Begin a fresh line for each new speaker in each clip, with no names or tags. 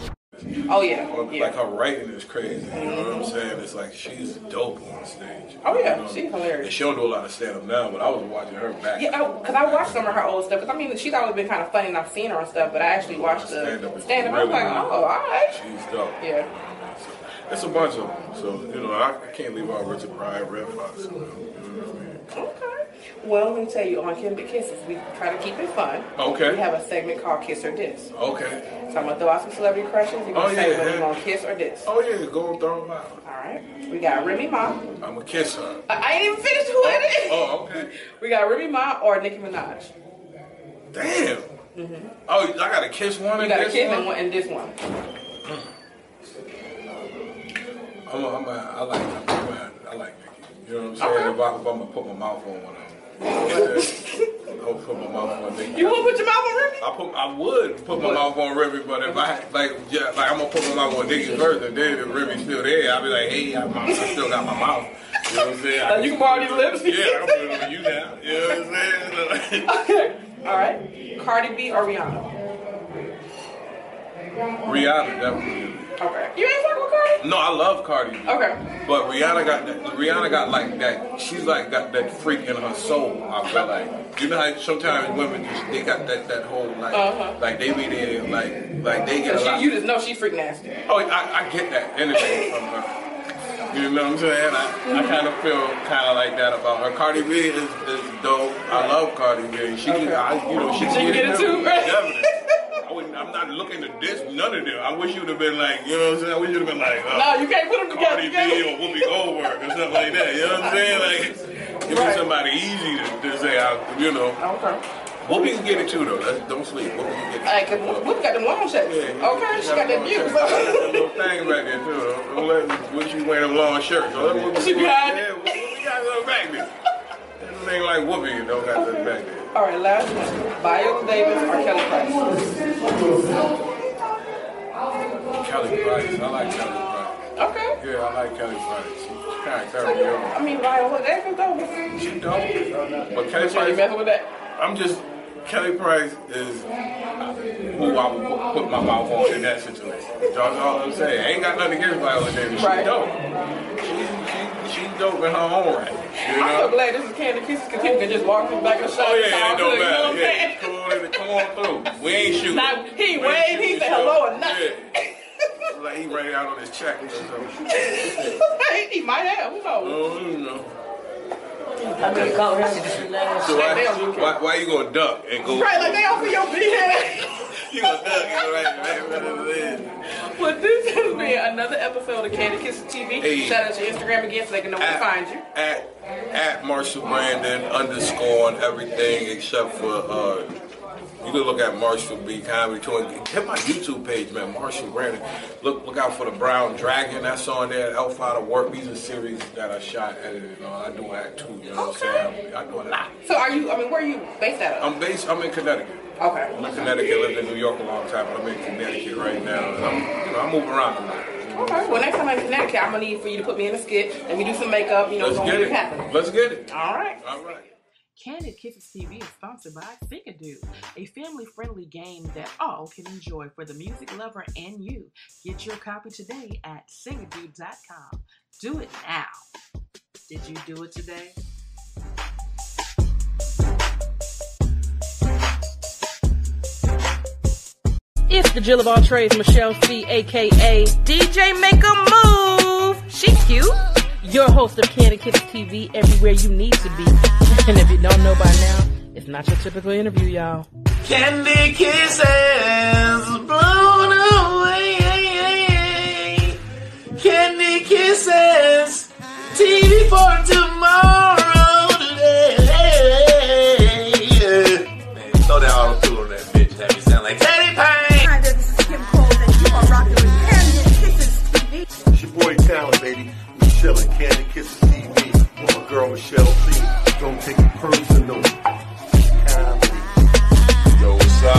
too.
Oh, yeah,
Like,
yeah.
her writing is crazy. You know what I'm saying? It's like she's dope on stage.
Oh, yeah,
You know?
she hilarious.
And she don't do a lot of stand up now, but I was watching her back.
Yeah, because I, watched some of her old stuff. Because I mean, she's always been kind of funny, and I've seen her and stuff. But I actually watched
Stand-up
the
is
stand up. I was
really
like,
good.
oh, all right.
She's dope.
Yeah,
So, it's a bunch of them. So you know, I, I can't leave out Richard Pryor, Red Fox. You know, you know what I mean?
okay. Well, let me tell you, on Kim to Kisses, we try to keep it fun.
Okay.
We have a segment called Kiss or Diss.
Okay.
So I'm gonna throw out some celebrity crushes. You're gonna say
Oh, yeah,
whether
yeah.
you're gonna kiss or diss.
Oh yeah, go and throw them out.
All right. We got Remy Ma.
I'ma kiss her.
I, I ain't even finished who it is.
Oh okay.
We got Remy Ma or Nicki Minaj.
Damn. Oh, I gotta kiss one
Mm-hmm. You
and
got a
this
kiss
one?
and one and this one.
I'm a, I'm a, I like I'm a, I like Nicki. You know what I'm saying? If, I, if I'm gonna put my mouth on one of them, you know what I'm saying? I'll put my mouth on Nicki.
You wanna put your mouth on Remy?
I put I would put my mouth on Remy, but if I like yeah, like I'm gonna put my mouth on Nicki first, and then if Remy's still there, I'll be like, hey, I, I still got my mouth. Uh, You know what I'm saying?
Like, you can borrow these lips?
Yeah, I'm putting it on you now. You know what I'm saying?
Okay. All right. Cardi B or Rihanna.
Rihanna definitely.
Okay. You ain't fucking with Cardi.
No, I love Cardi. B.
Okay.
But Rihanna got that. Rihanna got like that. She's like got that freak in her soul. I feel like you know how sometimes women just they got that that whole like
Uh-huh.
like they be there like like they get a
So
lot.
she, you just know she freak nasty.
oh, I, I get that energy from her. You know what I'm saying? I, I
Mm-hmm.
kind of feel kind of like that about her. Cardi B is, is dope. I love Cardi B. She can,
Okay.
I, you know, she,
She can get it too, right?
Definitely. I wouldn't, I'm not looking to diss none of them. I wish you'd have been like, you know what I'm saying? I wish you'd have been like, uh,
No, you can't put them together.
Cardi
You
B
can't-
or Whoopi Goldberg or something like that. You know what I'm saying? Like, give me
Right.
somebody easy to, to say, I, you know.
Okay.
Whoopi can get it too, though. That's, don't sleep. Whoopi can get
Like,
it.
Whoop got them long shapes. Okay, she got that view.
That
So.
little thing back there, too. Don't- Don't let Whoopi she wearing a long shirt. So let Whoopi
She behind
Yeah,
it.
Whoopi got a little back there. That ain't like Whoopi, you don't got that back there.
All right, last one. Viola Davis or Kelly Price?
Kelly Price. I like Kelly Price.
Okay.
Yeah, I like Kelly Price. She's kind of carrying
I mean, Viola Davis though.
She dope. But Kelly
Are you
Price,
messing with that?
I'm just Kelly Price is who I would put- put my mouth on in that situation. That's all I'm saying. ain't got nothing against Viola Davis. She
Right.
dope. She, she, she dope in her own right. You
I'm so
know?
glad this is Candy Kisses because people can just walk through the back of the shop.
Oh
It's
yeah,
all
it don't
good, You know what
matter.
I'm
Yeah,
saying?
come on, come on through. We ain't shooting.
Now, he
We ain't
waved,
shooting
he said
the shot.
hello or nothing.
Yeah. like he ran out on his check or something.
he might have. Who knows?
Oh, you know.
I mean, about Richard Pryor.
So
Like,
why,
they don't do care.
why, why you gonna duck and go?
Right, like they offer your beer.
You gonna duck and right, right, right, right.
Well, this has been another episode of Candy Kisses TV.
Hey. Ah.
Shout out to your Instagram again so they can know where to find you.
At at Marshall Brandon underscore on everything except for uh, you can look at Marshall B Comedy Tour. Hit my YouTube page, man. Marshall Brandon. Look look out for the Brown Dragon. That's on there. Elf Out of Work. These are series that I shot, edited, and all. I do act too. You know what I'm saying? I do a lot.
So are you, I mean, where are you based out of?
I'm based. I'm in Connecticut.
Okay.
I'm in Connecticut. Lived in New York a long time, but I'm in Connecticut right now. And I'm you know I move around a lot.
Okay. Well, next time I'm in Connecticut, I'm going to need for you to put me in a skit. Let me do some makeup. You know,
Let's
we're
get
going to happen.
it. Let's get it.
All right.
All right.
Candid Kisses TV is sponsored by Thinkadoo, a family-friendly game that all can enjoy for the music lover and you. Get your copy today at singadoo.com. Do it now. Did you do it today?
It's the Jill of all trades, Michelle C, aka DJ Make a Move. She cute. Your host of Candy Kids TV, everywhere you need to be. And if you don't know by now, it's not your typical interview, y'all.
Candy kisses blown away. Candy kisses. TV for tomorrow today. Man, throw that auto tune on that bitch. Have you sound like Teddy Payne.
Hi, there, this is Kim Cole, and you are rocking with Candy Kisses TV.
It's your boy Talent, baby. We chilling, Candy Kisses TV with my girl Michelle C. Don't take it personal. Comedy.
Yo, what's up?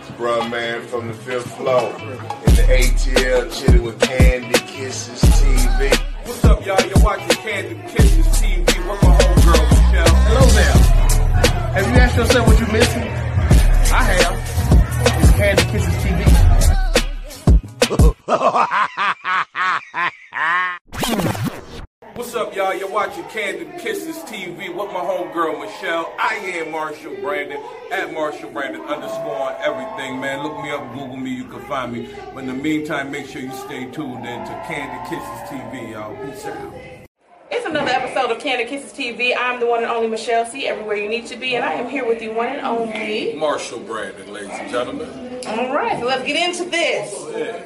It's Bruh man from the fifth floor. In the ATL, chilling with Candy Kisses TV.
What's up, y'all? You're watching Candy Kisses TV with my homegirl, Michelle. Hello there. Have you asked yourself what you're missing? I have. It's Candy Kisses TV. What's up, y'all? You're watching Candid Kisses TV with my homegirl Michelle. I am Marshall Brandon at Marshall Brandon underscore on everything, man. Look me up, Google me, you can find me. But in the meantime, make sure you stay tuned in to Candid Kisses TV, y'all. Peace out.
It's another episode of Candy Kisses TV. I'm the one and only Michelle C. Everywhere you need to be, and I am here with you, one and only.
Marshall Brandon, ladies and gentlemen.
All right, so let's get into this.
Yeah.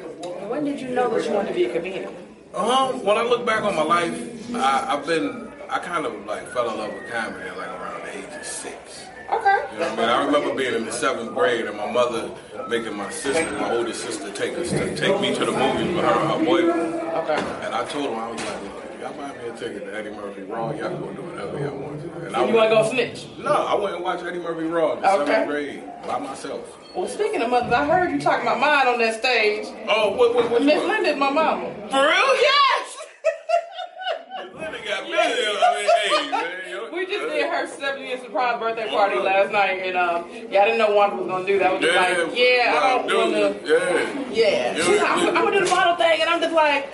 When did you know that you wanted to be a comedian?
Um, when I look back on my life, I, I've been, I kind of like fell in love with comedy like around the age of six.
Okay.
You know what I mean? I remember being in the seventh grade and my mother making my sister, my older sister, take us to take me to the movies with her and her boyfriend.
Okay.
And I told him I was like, look, if y'all buy me a ticket to Eddie Murphy Raw, y'all can go do whatever y'all want to. And I
You want to
went-
go snitch?
No, I went and watched Eddie Murphy Raw in the
Okay.
seventh grade by myself.
Well, speaking of mothers, I heard you talking about mine on that stage.
Oh, what, what, what?
Miss Linda's my mama.
For real?
Yes!
Linda got me. I mean, hey, man.
We just did her seven year surprise birthday party last night, and um, yeah, I didn't know Wanda was gonna do that. I was just like, yeah, I
wow,
don't wanna.
dude, Yeah.
Yeah,
Yeah,
she's like,
yeah.
I'm, I'm gonna do the bottle thing, and I'm just like,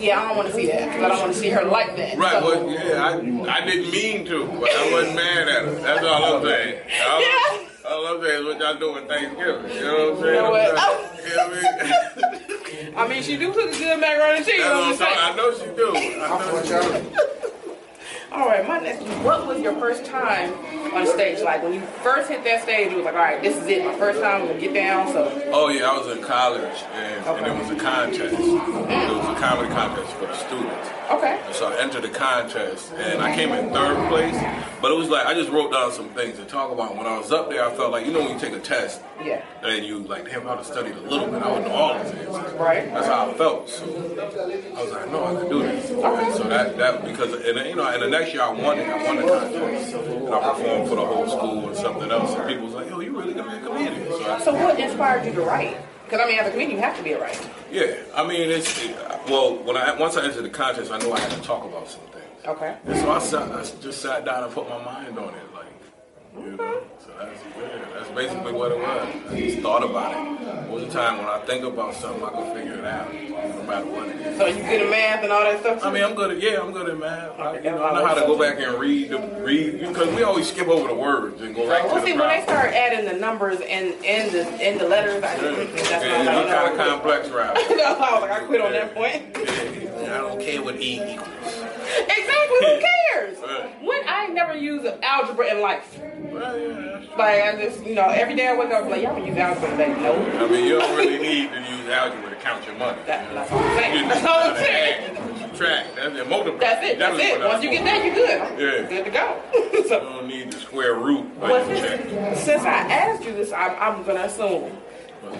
yeah, I don't want to see that. 'cause I don't want to see her like that.
Right,
So-
well, yeah, I, I didn't mean to, but I wasn't mad at her. That's all I'm saying. All,
Yeah.
all I'm saying is what y'all doing Thanksgiving. You know what I'm saying?
know what?
You know what I mean?
I mean, she do cook good macaroni and cheese.
That's what
I'm
I'm
just
saying.
saying.
I know she do. I know she do.
All right, my next. one. What was your first time on stage like? When you first hit that stage, you was like, all right, this is it. My first time, I'm gonna get down. So,
Oh yeah, I was in college, and, and it was a contest. It was a comedy contest for the students.
okay,
And so I entered the contest, and I came in third place. But it was like I just wrote down some things to talk about. When I was up there, I felt like you know when you take a test,
Yeah.
and you like damn, I would have studied a little bit. I would know all these answers.
Right.
That's how I felt. So I was like, no, I can do this. And so that that because and then, you know, and the next year I won it. I won the contest, and I performed for the whole school and something else. And people was like, yo, you really gonna be a comedian? So I
so what inspired you to write? Because I mean, as a comedian, you have to be a writer.
Yeah, I mean, it's it, well. When I once I entered the contest, I knew I had to talk about some things.
Okay.
And so I, sat, I just sat down and put my mind on it, like you know. So that's yeah, that's basically what it was. I just thought about it. Most of the time, when I think about something, I can figure it out, no matter what it is.
So you good at math and all that stuff.
I mean, I'm good at yeah, I'm good at math. I, you know, I know how to go back and read the read because we always skip over the words and go right
Well,
to
see,
the
when they
problem.
start adding the numbers and in the in the letters, I
Yeah,
just, that's
yeah,
not
it's kind
I
of
don't know.
complex, right?
That's why I was like, I quit on that point.
Yeah, I don't care what E equals.
exactly. Who cares?
Right.
When I ain't never use algebra in life,
Well, yeah, that's true.
like I just, you know, every day I wake up, like y'all gonna use algebra today? No,
I mean, you don't really need to use algebra to count your money.
That- that's what I'm saying.
You just
That's what I'm
gotta
saying.
add, Subtract. That's it. Multiply.
that's it. That's
Definitely
it. Once you get that, you good.
Yeah.
Good to go.
You
so,
don't need the square root. Like
well,
you check.
since, since I asked you this, I'm, I'm gonna assume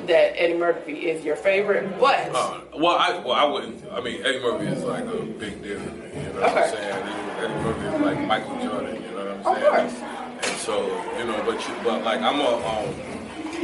that Eddie Murphy is your favorite, but.
Uh, well, I well I wouldn't. I mean, Eddie Murphy is like a big deal to me. You know what
Okay.
I'm saying? Eddie, Eddie Murphy is like Michael Jordan. You know what I'm
Of
saying?
course.
And so you know, but you, but like I'm a um,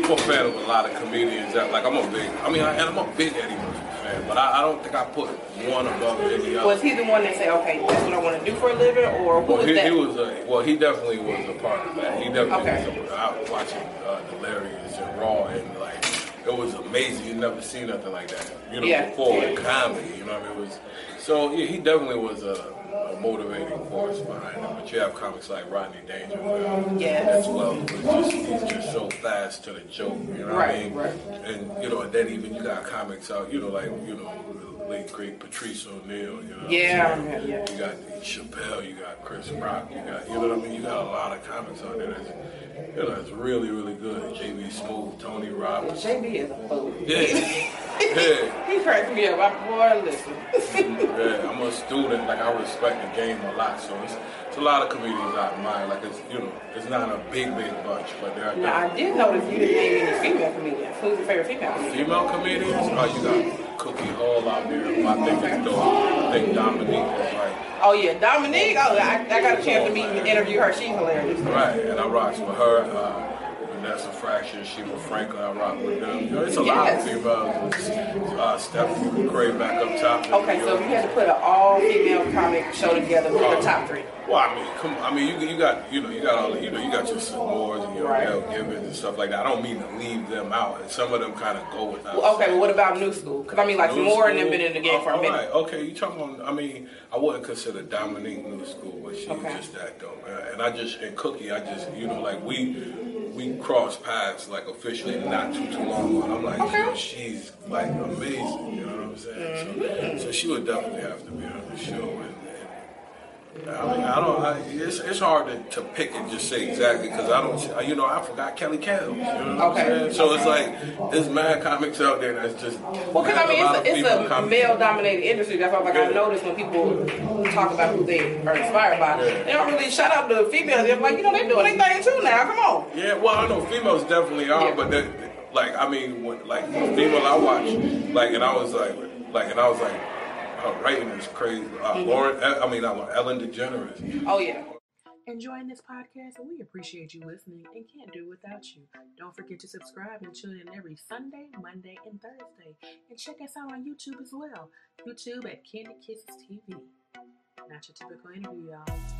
I'm a fan of a lot of comedians. That like I'm a big. I mean, I, and I'm a big Eddie Murphy fan. But I, I don't think I put one above any other.
Was he the one that said, okay, that's what I want to do for a living, or who
Well,
was
he,
that?
he was a well. He definitely was a part of that. He definitely
Okay.
was. A, I was watching uh, Delirious and Raw, and like it was amazing. You never seen nothing like that. You know,
Yeah.
before in comedy. You know, what I mean, it was so. Yeah, he definitely was a, a motivating force behind it. But you have comics like Rodney Dangerfield
Yes.
as well. who is just, he's just so fast to the joke. You know what I
Right,
mean?
right.
And you know, and then even you got comics out. You know, like you know, the late great Patrice O'Neill. You know, what I'm
Yeah,
saying?
yeah, yeah.
You got Chappelle, you got Chris Rock, you got you know what I mean. You got a lot of comics out there that's you know that's really really good. JB Smooth, Tony Robbins.
JB is a fool.
Yeah, yeah,
He cracks me up. I, boy, listen.
yeah. I'm a student. Like I respect the game a lot, so it's, it's a lot of comedians I admire. Like it's you know it's not a big big bunch, but there are
now, I did notice you didn't name any female comedians. Who's your favorite female comedian?
female comedians. Oh, you got Cookie Hall out there. who I think it's dope. I think Dominique is like.
Oh, yeah, Dominique. Oh, I, I got a chance to meet and interview her. She's hilarious.
Right, and I rocks with her, uh, Vanessa Fraction, she with Franklin, I rock with them. You know, it's a lot of
Yes.
females. Uh, Nah, Steph, you can crave back up top.
Okay, so if you had to put an all-female comic show together, who's your top three?
Well, I mean, come on. I mean, you, you got you know you got all the, you know you got your s'mores and your
Right.
Mel Gibbons and stuff like that. I don't mean to leave them out. And some of them kind of go without.
Well, okay,
saying.
well, what about new school? Because I mean, like
New
more and them
school-
been in the game for a
all
minute.
right, okay, you talking on? I mean, I wouldn't consider Dominique new school, but she's
Okay.
just that dope. man. And I just and Cookie, I just you know like we we crossed paths like officially not too too long ago. And I'm like, you know, she's like amazing. You know what I'm saying?
Mm-hmm.
So, so she would definitely have to be on the show. And, and I mean, I don't. I, it's, it's hard to, to pick and just say exactly because I don't. You know, I forgot Kelly Kells. You know what
Okay.
I'm saying? So it's like there's mad comics out there that's just
Well, because I mean,
lot of
it's a,
female
it's a
comics.
male-dominated industry. That's why, like, I notice when people talk about who they are inspired by, they don't really shout out the females. They're like, you know, they doing their thing too now. Come on.
Yeah, well, I know females definitely are,
Yeah.
but they, like, I mean, when, like the female I watch, like, and I was like, like, and I was like, her writing is crazy. Uh,
Mm-hmm.
Lauren, I mean, uh, Ellen DeGeneres.
Oh yeah.
enjoying this podcast, and we appreciate you listening and can't do without you. Don't forget to subscribe and tune in every Sunday, Monday, and Thursday. And check us out on YouTube as well. YouTube at Candy Kisses TV. Not your typical interview, y'all.